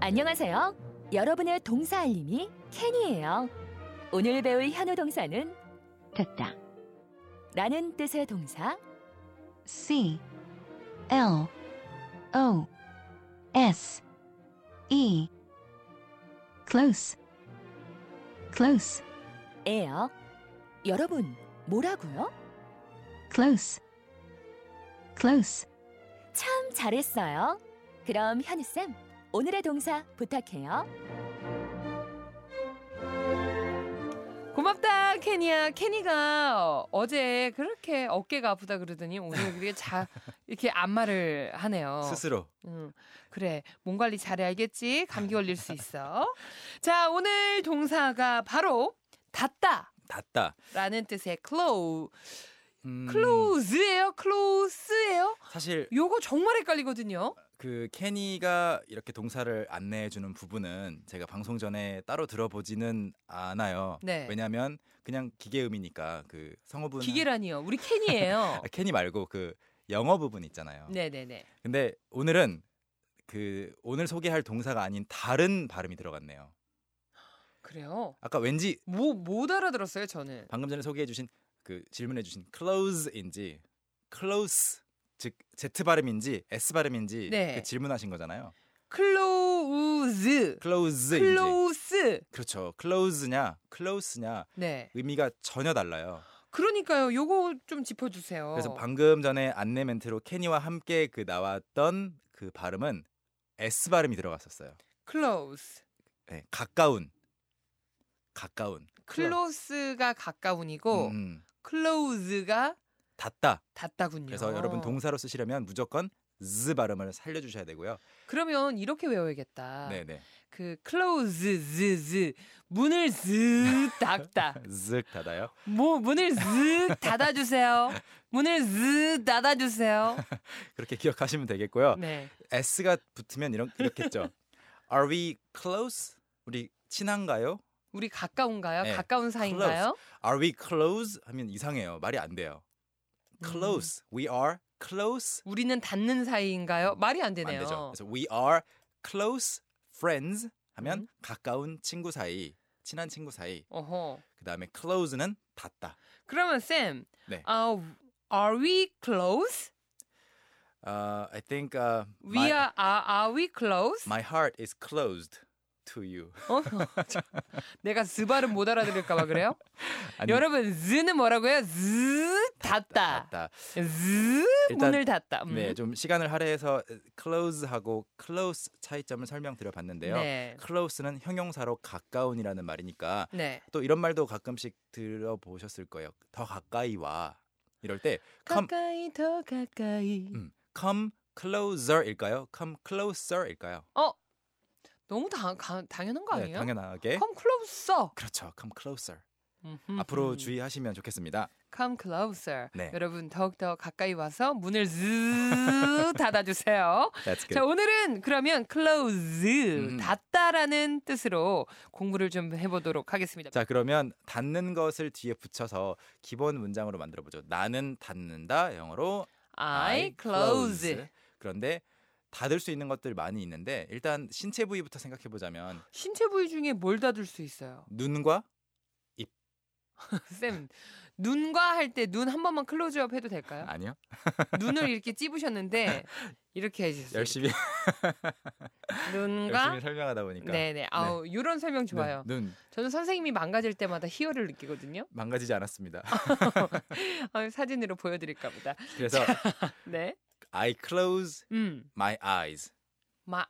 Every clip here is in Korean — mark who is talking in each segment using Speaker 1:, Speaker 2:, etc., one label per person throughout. Speaker 1: 안녕하세요. 여러분의 동사 알림이 캔이에요. 오늘 배울 현우 동사는
Speaker 2: 됐다.
Speaker 1: 라는 뜻의 동사
Speaker 2: C L O S E close close
Speaker 1: 예요. 여러분, 뭐라고요?
Speaker 2: close close
Speaker 1: 참 잘했어요. 그럼 현우쌤, 오늘의 동사 부탁해요.
Speaker 3: 고맙다 케니야 케니가 어제 그렇게 어깨가 아프다 그러더니 오늘 그게 자 이렇게 안마를 하네요.
Speaker 4: 스스로
Speaker 3: 음, 그래 몸 관리 잘해야겠지 감기 걸릴 수 있어. 자 오늘 동사가 바로 닫다라는
Speaker 4: 닫다.
Speaker 3: 뜻의 close
Speaker 4: 음,
Speaker 3: close예요 close예요.
Speaker 4: 사실
Speaker 3: 요거 정말 헷갈리거든요.
Speaker 4: 그 케니가 이렇게 동사를 안내해 주는 부분은 제가 방송 전에 따로 들어보지는 않아요.
Speaker 3: 네.
Speaker 4: 왜냐하면 그냥 기계음이니까 그 성어분
Speaker 3: 기계라니요. 우리 케니예요.
Speaker 4: 아, 케니 말고 그 영어 부분 있잖아요.
Speaker 3: 네네네.
Speaker 4: 근데 오늘은 그 오늘 소개할 동사가 아닌 다른 발음이 들어갔네요.
Speaker 3: 그래요.
Speaker 4: 아까 왠지
Speaker 3: 뭐 못 알아들었어요 저는.
Speaker 4: 방금 전에 소개해 주신 그 질문해 주신 close인지 close 즉 Z 발음인지 S 발음인지
Speaker 3: 네.
Speaker 4: 그 질문하신 거잖아요.
Speaker 3: close
Speaker 4: close인지
Speaker 3: close
Speaker 4: 그렇죠. close냐 close냐
Speaker 3: 네.
Speaker 4: 의미가 전혀 달라요.
Speaker 3: 그러니까요. 요거 좀 짚어주세요.
Speaker 4: 그래서 방금 전에 안내 멘트로 케니와 함께 그 나왔던 그 발음은 S 발음이 들어갔었어요.
Speaker 3: close,
Speaker 4: 네, 가까운 가까운
Speaker 3: close가 가까운이고
Speaker 4: 음,
Speaker 3: close가
Speaker 4: 닿다.
Speaker 3: 닫다군요.
Speaker 4: 그래서 여러분 동사로 쓰시려면 무조건 z 발음을 살려 주셔야 되고요.
Speaker 3: 그러면 이렇게 외워야겠다.
Speaker 4: 네, 네.
Speaker 3: 그 close z z 문을 z 닫다.
Speaker 4: 쓱 닫아요.
Speaker 3: 뭐 문을 z 닫아 주세요. 문을 z 닫아 주세요.
Speaker 4: 그렇게 기억하시면 되겠고요.
Speaker 3: 네.
Speaker 4: S가 붙으면 이런 이렇겠죠. Are we close? 우리 친한가요?
Speaker 3: 우리 가까운가요?
Speaker 4: 네,
Speaker 3: 가까운 사이인가요?
Speaker 4: Are we close? 하면 이상해요. 말이 안 돼요.
Speaker 3: 음.
Speaker 4: Close. We are close.
Speaker 3: 우리는 닫는 사이인가요? 말이 안
Speaker 4: 안
Speaker 3: 되네요.
Speaker 4: 되죠. 그래서 we are close friends 하면
Speaker 3: 음.
Speaker 4: 가까운 친구 사이, 친한 친구 사이.
Speaker 3: 어허.
Speaker 4: 그다음에 close는 닿다.
Speaker 3: 그러면 쌤,
Speaker 4: 네.
Speaker 3: 아, are we close?
Speaker 4: Uh, I think uh,
Speaker 3: We
Speaker 4: my,
Speaker 3: are, are are we close?
Speaker 4: my heart is closed to you.
Speaker 3: 어? 저- 내가 즈 발음 못 알아들을까봐 그래요?
Speaker 4: 아니,
Speaker 3: 여러분 즈는 뭐라고요? 즈 닫다.
Speaker 4: 닿다.
Speaker 3: 즈
Speaker 4: 일단-
Speaker 3: 문을 닫다. 음.
Speaker 4: 네, 좀 시간을 할애해서 close하고 close 차이점을 설명드려봤는데요.
Speaker 3: 네.
Speaker 4: close는 형용사로 가까운이라는 말이니까
Speaker 3: 네.
Speaker 4: 또 이런 말도 가끔씩 들어보셨을 거예요. 더 가까이 와 이럴 때 come
Speaker 3: 가까이 더 가까이.
Speaker 4: 음, come closer일까요? come closer일까요?
Speaker 3: 너무 당, 가- 당연한 거
Speaker 4: 네,
Speaker 3: 아니에요?
Speaker 4: 당연하게
Speaker 3: Come closer.
Speaker 4: 그렇죠. come closer.
Speaker 3: 음흠.
Speaker 4: 앞으로 주의하시면 좋겠습니다.
Speaker 3: Come closer.
Speaker 4: 네.
Speaker 3: 여러분 더욱 더 가까이 와서 문을 즈 닫아주세요.
Speaker 4: That's good.
Speaker 3: 자 오늘은 그러면 close
Speaker 4: 그 음.
Speaker 3: 닫다라는 뜻으로 공부를 좀 해보도록 하겠습니다.
Speaker 4: 자 그러면 닿는 것을 뒤에 붙여서 기본 문장으로 만들어 보죠. 나는 닿는다 영어로
Speaker 3: I close
Speaker 4: 그런데 닫을 수 있는 것들 많이 있는데 일단 신체 부위부터 생각해 보자면
Speaker 3: 신체 부위 중에 뭘 닫을 수 있어요?
Speaker 4: 눈과
Speaker 3: 쌤 눈과 할 때 눈 한 번만 클로즈업 해도 될까요?
Speaker 4: 아니요
Speaker 3: 눈을 이렇게 찝으셨는데 이렇게 해주세요.
Speaker 4: 열심히
Speaker 3: 눈과
Speaker 4: 열심히 설명하다 보니까 네.
Speaker 3: 네네 아우 이런 설명 좋아요.
Speaker 4: 눈, 눈
Speaker 3: 저는 선생님이 망가질 때마다 희열을 느끼거든요.
Speaker 4: 망가지지 않았습니다.
Speaker 3: 아, 사진으로 보여드릴까 보다.
Speaker 4: 그래서
Speaker 3: 네.
Speaker 4: I close
Speaker 3: 음.
Speaker 4: my eyes.
Speaker 3: 마,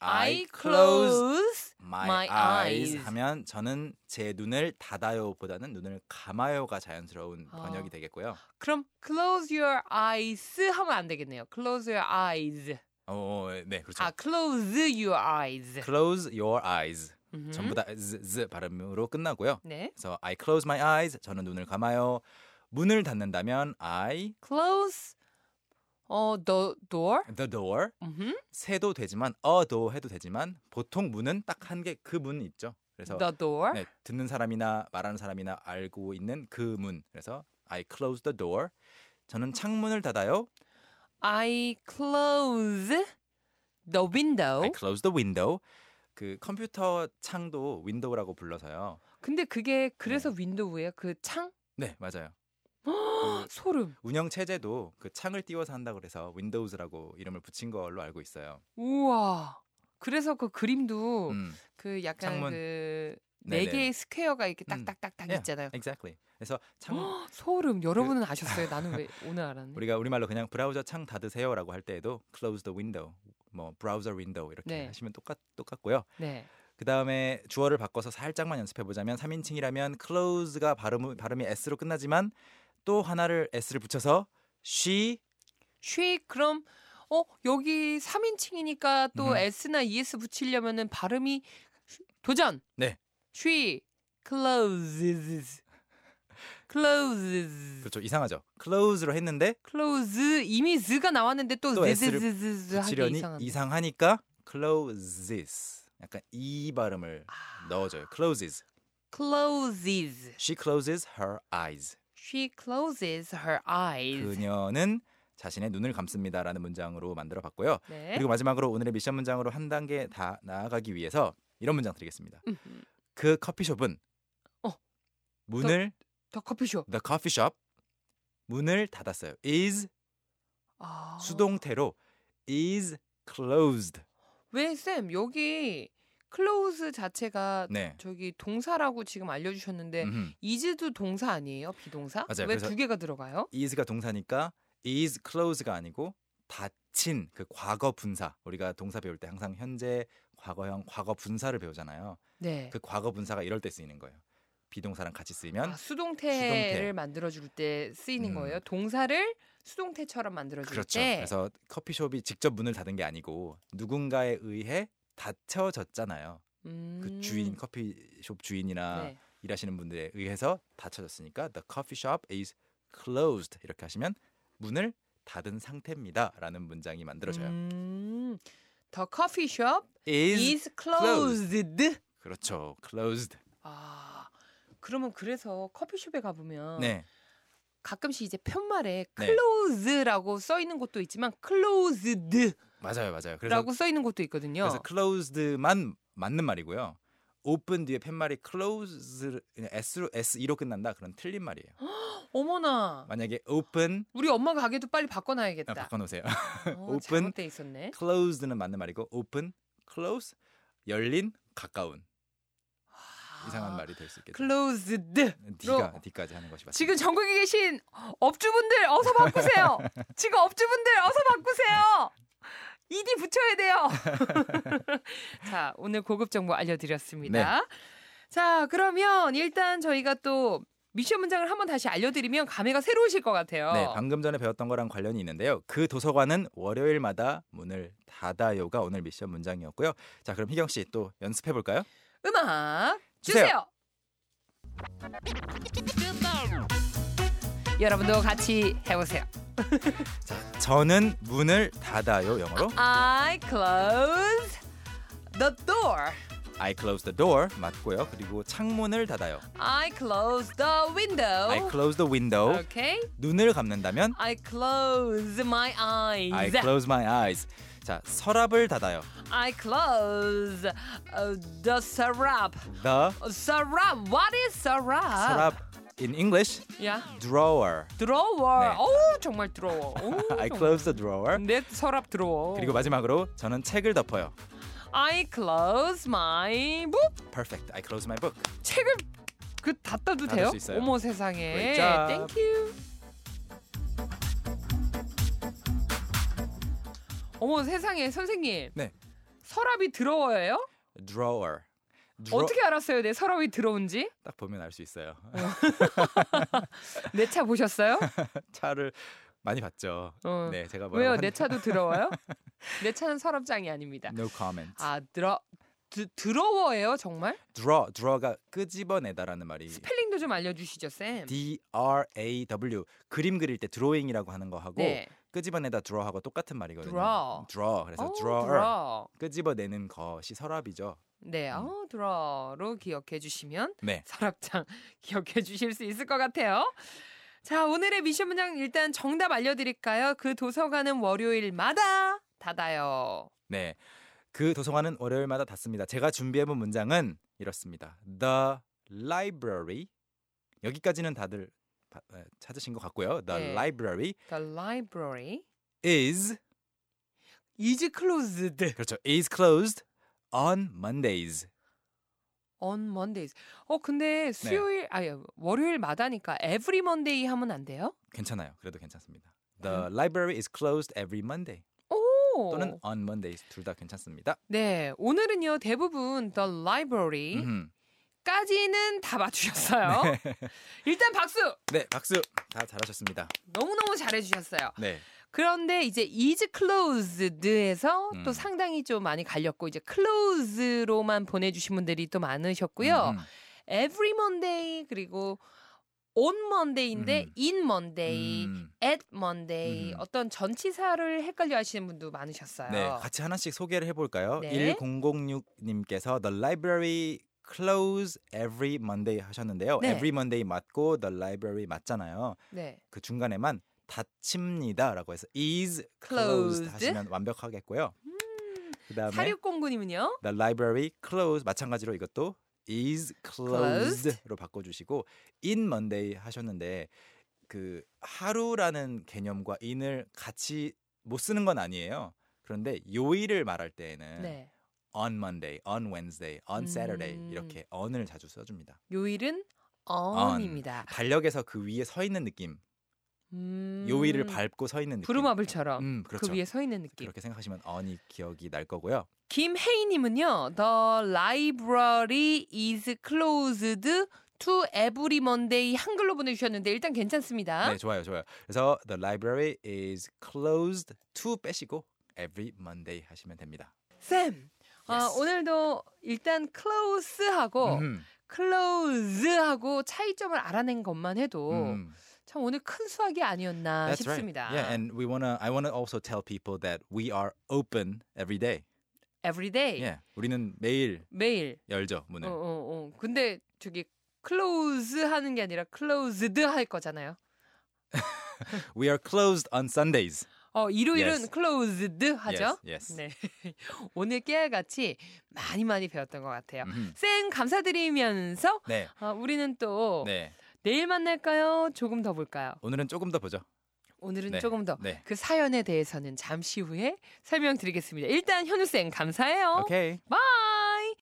Speaker 4: I close my,
Speaker 3: my
Speaker 4: eyes.
Speaker 3: eyes.
Speaker 4: 하면 저는 제 눈을 닫아요보다는 눈을 감아요가 자연스러운 번역이
Speaker 3: 아.
Speaker 4: 되겠고요.
Speaker 3: 그럼 close your eyes 하면 안 되겠네요. close your eyes.
Speaker 4: 어, 네 그렇죠.
Speaker 3: 아, close your eyes.
Speaker 4: Close your eyes.
Speaker 3: 음흠.
Speaker 4: 그 전부 다 z, z 발음으로 끝나고요.
Speaker 3: 네.
Speaker 4: 그래서 I close my eyes. 저는 눈을 감아요. 문을 닫는다면 I
Speaker 3: close 어, the door.
Speaker 4: the door.
Speaker 3: 음흠.
Speaker 4: 새도 되지만 a door 해도 되지만 보통 문은 딱 한 개 그 문 있죠. 그래서
Speaker 3: the door.
Speaker 4: 네, 듣는 사람이나 말하는 사람이나 알고 있는 그 문. 그래서 I close the door. 저는 창문을 닫아요.
Speaker 3: I close the window.
Speaker 4: I close the window. 그 컴퓨터 창도 윈도우라고 불러서요.
Speaker 3: 근데 그게 그래서 윈도우예요. 그 창?
Speaker 4: 네, 맞아요.
Speaker 3: 헉, 소름.
Speaker 4: 운영 체제도 그 창을 띄워서 한다 그래서 윈도우즈라고 이름을 붙인 걸로 알고 있어요.
Speaker 3: 우와. 그래서 그 그림도
Speaker 4: 음,
Speaker 3: 그 약간
Speaker 4: 창문.
Speaker 3: 그 네
Speaker 4: 네네.
Speaker 3: 개의 스퀘어가 이렇게
Speaker 4: 음.
Speaker 3: 딱딱딱딱
Speaker 4: 예.
Speaker 3: 있잖아요.
Speaker 4: exactly. 그래서 창
Speaker 3: 헉, 소름. 여러분은 아셨어요. 나는 왜 오늘 알았네.
Speaker 4: 우리가 우리말로 그냥 브라우저 창 닫으세요라고 할 때에도 close the window, 뭐 browser window 이렇게
Speaker 3: 네.
Speaker 4: 하시면 똑같 똑같고요.
Speaker 3: 네.
Speaker 4: 그 다음에 주어를 바꿔서 살짝만 연습해 보자면 3인칭이라면 close가 발음 발음이 s로 끝나지만 또 하나를 s를 붙여서 she
Speaker 3: 쉬 그럼 어 여기 3인칭이니까 또
Speaker 4: 음.
Speaker 3: s나 es 붙이려면은 발음이 쉬- 도전.
Speaker 4: 네.
Speaker 3: 쉬 closes closes
Speaker 4: 그렇죠 이상하죠 close로 했는데
Speaker 3: close 이미 z가 나왔는데 또,
Speaker 4: 또 S를
Speaker 3: zzz 하기
Speaker 4: 붙이려니
Speaker 3: 이상한.
Speaker 4: 이상하니까 closes 약간 이 발음을 넣어줘요 closes
Speaker 3: 아, closes
Speaker 4: she closes her eyes
Speaker 3: she closes her eyes.
Speaker 4: 그녀는 자신의 눈을 감습니다라는 문장으로 만들어 봤고요
Speaker 3: 네.
Speaker 4: 그리고 마지막으로 오늘의 미션 문장으로 한 단계 다 나아가기 위해서 이런 문장 드리겠습니다 그 커피숍은
Speaker 3: 어.
Speaker 4: 문을
Speaker 3: 더 커피숍.
Speaker 4: the coffee shop 문을 닫았어요. is
Speaker 3: 아.
Speaker 4: 수동태로 is closed.
Speaker 3: 왜쌤 여기 close 자체가
Speaker 4: 네.
Speaker 3: 저기 동사라고 지금 알려주셨는데
Speaker 4: 음흠.
Speaker 3: 이즈도 동사 아니에요? 비동사?
Speaker 4: 맞아요.
Speaker 3: 왜
Speaker 4: 그래서-
Speaker 3: 두 개가 들어가요?
Speaker 4: is가 동사니까 is closed가 아니고 닫힌 그 과거 분사. 우리가 동사 배울 때 항상 현재, 과거형, 과거 분사를 배우잖아요.
Speaker 3: 네.
Speaker 4: 그 과거 분사가 이럴 때 쓰이는 거예요. 비동사랑 같이 쓰이면
Speaker 3: 아, 수동태를 만들어줄 때 쓰이는
Speaker 4: 음.
Speaker 3: 거예요. 동사를 수동태처럼 만들어줄
Speaker 4: 그렇죠.
Speaker 3: 때.
Speaker 4: 그래서 커피숍이 직접 문을 닫은 게 아니고 누군가에 의해 닫혀졌잖아요.
Speaker 3: 음.
Speaker 4: 그 주인 커피숍 주인이나
Speaker 3: 네.
Speaker 4: 일하시는 분들에 의해서 닫혀졌으니까 the coffee shop is closed 이렇게 하시면 문을 닫은 상태입니다라는 문장이 만들어져요.
Speaker 3: 음. The coffee shop
Speaker 4: is,
Speaker 3: is closed.
Speaker 4: 그렇죠. closed.
Speaker 3: 아, 그러면 그래서 커피숍에 가보면
Speaker 4: 네.
Speaker 3: 가끔씩 이제 편말에
Speaker 4: 네.
Speaker 3: close라고 써 있는 곳도 있지만 closed라고
Speaker 4: 맞아요. 맞아요. 그래서
Speaker 3: 써 있는 곳도 있거든요.
Speaker 4: 그래서 closed만 맞는 말이고요. open 뒤에 팻말이 close s로 s 2로 끝난다. 그럼 틀린 말이에요.
Speaker 3: 어머나,
Speaker 4: 만약에 open
Speaker 3: 우리 엄마 가게도 빨리 바꿔놔야겠다.
Speaker 4: 아, 바꿔 놓으세요.
Speaker 3: 어,
Speaker 4: 오픈.
Speaker 3: 잘못돼 있었네.
Speaker 4: closed는 맞는 말이고 open, close 열린 가까운 이상한
Speaker 3: 아,
Speaker 4: 말이 될 수 있겠죠.
Speaker 3: closed.
Speaker 4: D가 D까지 하는 것이 맞습니다.
Speaker 3: 지금 전국에 계신 업주분들 어서 바꾸세요. 지금 업주분들 어서 바꾸세요. ED 붙여야 돼요. 자, 오늘 고급 정보 알려드렸습니다.
Speaker 4: 네.
Speaker 3: 자, 그러면 일단 저희가 또 미션 문장을 한번 다시 알려드리면 감회가 새로우실 것 같아요.
Speaker 4: 네, 방금 전에 배웠던 거랑 관련이 있는데요. 그 도서관은 월요일마다 문을 닫아요가 오늘 미션 문장이었고요. 자, 그럼 희경 씨 또 연습해 볼까요?
Speaker 3: 음악 주세요.
Speaker 4: 주세요.
Speaker 3: 여러분도 같이 해보세요.
Speaker 4: 저는 문을 닫아요 영어로
Speaker 3: I close the door.
Speaker 4: I close the door 맞고요. 그리고 창문을 닫아요.
Speaker 3: I close the window.
Speaker 4: I close the window.
Speaker 3: Okay.
Speaker 4: 눈을 감는다면
Speaker 3: I close my eyes.
Speaker 4: I close my eyes. 자, 서랍을 닫아요.
Speaker 3: I close, uh, the sarap.
Speaker 4: The
Speaker 3: Sarap. What is sarap?
Speaker 4: 서랍 in English
Speaker 3: Yeah.
Speaker 4: drawer.
Speaker 3: Drawer.
Speaker 4: 네.
Speaker 3: 오 정말 drawer. 오, 정말.
Speaker 4: I close the drawer.
Speaker 3: 내 서랍 drawer.
Speaker 4: 그리고 마지막으로 저는 책을 덮어요.
Speaker 3: I close my book.
Speaker 4: Perfect. I close my book.
Speaker 3: 책을 그 닫아도
Speaker 4: 닫을
Speaker 3: 돼요?
Speaker 4: 수 있어요.
Speaker 3: 어머 세상에.
Speaker 4: Great job.
Speaker 3: Thank you. 어머 세상에 선생님.
Speaker 4: 네.
Speaker 3: 서랍이 들어와요?
Speaker 4: Drawer. Draw-
Speaker 3: 어떻게 알았어요? 내 서랍이 들어온지?
Speaker 4: 딱 보면 알 수 있어요.
Speaker 3: 내 차 보셨어요?
Speaker 4: 차를 많이 봤죠.
Speaker 3: 어.
Speaker 4: 네, 제가 뭐라고
Speaker 3: 왜요?
Speaker 4: 한-
Speaker 3: 내 차도 들어와요? 내 차는 서랍장이 아닙니다.
Speaker 4: No comment.
Speaker 3: 아 들어 드, 들어워예요 정말?
Speaker 4: draw, draw가 끄집어내다라는 말이
Speaker 3: 스펠링도 좀 알려주시죠 쌤.
Speaker 4: D R A W 그림 그릴 때 drawing이라고 하는 거 하고
Speaker 3: 네.
Speaker 4: 끄집어내다 draw하고 똑같은 말이거든요.
Speaker 3: Draw.
Speaker 4: draw. 그래서
Speaker 3: 어,
Speaker 4: drawer
Speaker 3: 들어.
Speaker 4: 끄집어내는 것이 서랍이죠.
Speaker 3: 네, 어, 들어로 기억해 주시면
Speaker 4: 음. 네.
Speaker 3: 서랍장 기억해 주실 수 있을 것 같아요. 자, 오늘의 미션 문장 일단 정답 알려드릴까요? 그 도서관은 월요일마다 닫아요.
Speaker 4: 네. 그 도서관은 월요일마다 닫습니다. 제가 준비해본 문장은 이렇습니다. The library 여기까지는 다들 바- 에, 찾으신 것 같고요. The
Speaker 3: 네.
Speaker 4: library
Speaker 3: The library
Speaker 4: is
Speaker 3: is closed
Speaker 4: 그렇죠. is closed on Mondays.
Speaker 3: on Mondays. 어
Speaker 4: 네.
Speaker 3: 근데 수요일 아니 월요일마다니까 every Monday 하면 안 돼요?
Speaker 4: 괜찮아요. 그래도 괜찮습니다. The library is closed every Monday.
Speaker 3: 오.
Speaker 4: 또는 on Mondays 둘 다 괜찮습니다.
Speaker 3: 네 오늘은요 대부분 the library
Speaker 4: 음흠.
Speaker 3: 까지는 다 맞추셨어요. 일단 박수
Speaker 4: 네, 박수 다 잘하셨습니다.
Speaker 3: 너무 너무 잘해주셨어요.
Speaker 4: 네,
Speaker 3: 그런데 이제 is closed에서 또
Speaker 4: 음.
Speaker 3: 상당히 좀 많이 갈렸고 이제 close로만 보내주신 분들이 또 많으셨고요.
Speaker 4: 음흠.
Speaker 3: every Monday 그리고 on Monday인데
Speaker 4: 음.
Speaker 3: in Monday,
Speaker 4: 음.
Speaker 3: at Monday
Speaker 4: 음.
Speaker 3: 어떤 전치사를 헷갈려 하시는 분도 많으셨어요.
Speaker 4: 네, 같이 하나씩 소개를 해볼까요?
Speaker 3: 아. 네.
Speaker 4: 1006님께서 The library close every Monday 하셨는데요.
Speaker 3: 네.
Speaker 4: Every Monday 맞고 The library 맞잖아요.
Speaker 3: 네.
Speaker 4: 그 중간에만 닫힙니다라고 해서 is closed,
Speaker 3: Closed.
Speaker 4: 하시면 완벽하겠고요. 그다음에
Speaker 3: 4609님은요?
Speaker 4: The library closed 마찬가지로 이것도 is closed로 바꿔주시고 in Monday 하셨는데 그 하루라는 개념과 in을 같이 못 쓰는 건 아니에요. 그런데 요일을 말할 때에는
Speaker 3: 네.
Speaker 4: on Monday, on Wednesday, on Saturday
Speaker 3: 음.
Speaker 4: 이렇게 on을 자주 써줍니다.
Speaker 3: 요일은 on입니다.
Speaker 4: 달력에서 그 위에 서 있는 느낌,
Speaker 3: 음.
Speaker 4: 요일을 밟고 서 있는 느낌.
Speaker 3: 부루마블처럼
Speaker 4: 음,
Speaker 3: 그
Speaker 4: 그렇죠.
Speaker 3: 위에 서 있는 느낌.
Speaker 4: 그렇게 생각하시면 on이 기억이 날 거고요.
Speaker 3: 김혜희님은요, The library is closed to every Monday 한글로 보내주셨는데 일단 괜찮습니다.
Speaker 4: 네, 좋아요, 좋아요. 그래서 the library is closed to 빼시고 every Monday 하시면 됩니다.
Speaker 3: 쌤, 아,
Speaker 4: Yes.
Speaker 3: 오늘도 일단 close하고
Speaker 4: 음,
Speaker 3: close하고 차이점을 알아낸 것만 해도
Speaker 4: 음.
Speaker 3: 참 오늘 큰 수학이 아니었나
Speaker 4: That's right.
Speaker 3: 싶습니다.
Speaker 4: Yeah, and we wanna, I wanna also tell people that we are open every day.
Speaker 3: Every day
Speaker 4: Yeah, 네. 우리는 매일
Speaker 3: 매일.
Speaker 4: 열죠 문을.
Speaker 3: 네. 어, 어, 어. 근데 저기 close 하는 게 아니라 closed 할 거잖아요.
Speaker 4: We are closed on Sundays.
Speaker 3: 어, 일요일은
Speaker 4: Yes.
Speaker 3: closed 하죠.
Speaker 4: Yes. yes.
Speaker 3: 네. 오늘 깨알같이 많이 많이 배웠던 것 같아요.
Speaker 4: 음흠.
Speaker 3: 쌤 감사드리면서
Speaker 4: 네.
Speaker 3: 아, 우리는 또
Speaker 4: 네.
Speaker 3: 내일 만날까요? 조금 더 볼까요?
Speaker 4: 오늘은 조금 더 보죠.
Speaker 3: 오늘은
Speaker 4: 네.
Speaker 3: 조금 더
Speaker 4: 네.
Speaker 3: 그 사연에 대해서는 잠시 후에 설명드리겠습니다. 일단 현우 쌤 감사해요.
Speaker 4: Okay.
Speaker 3: 바이.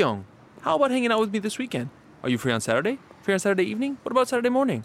Speaker 5: Young, how about hanging out with me this weekend? Are you free on Saturday? Free on Saturday evening? What about Saturday morning?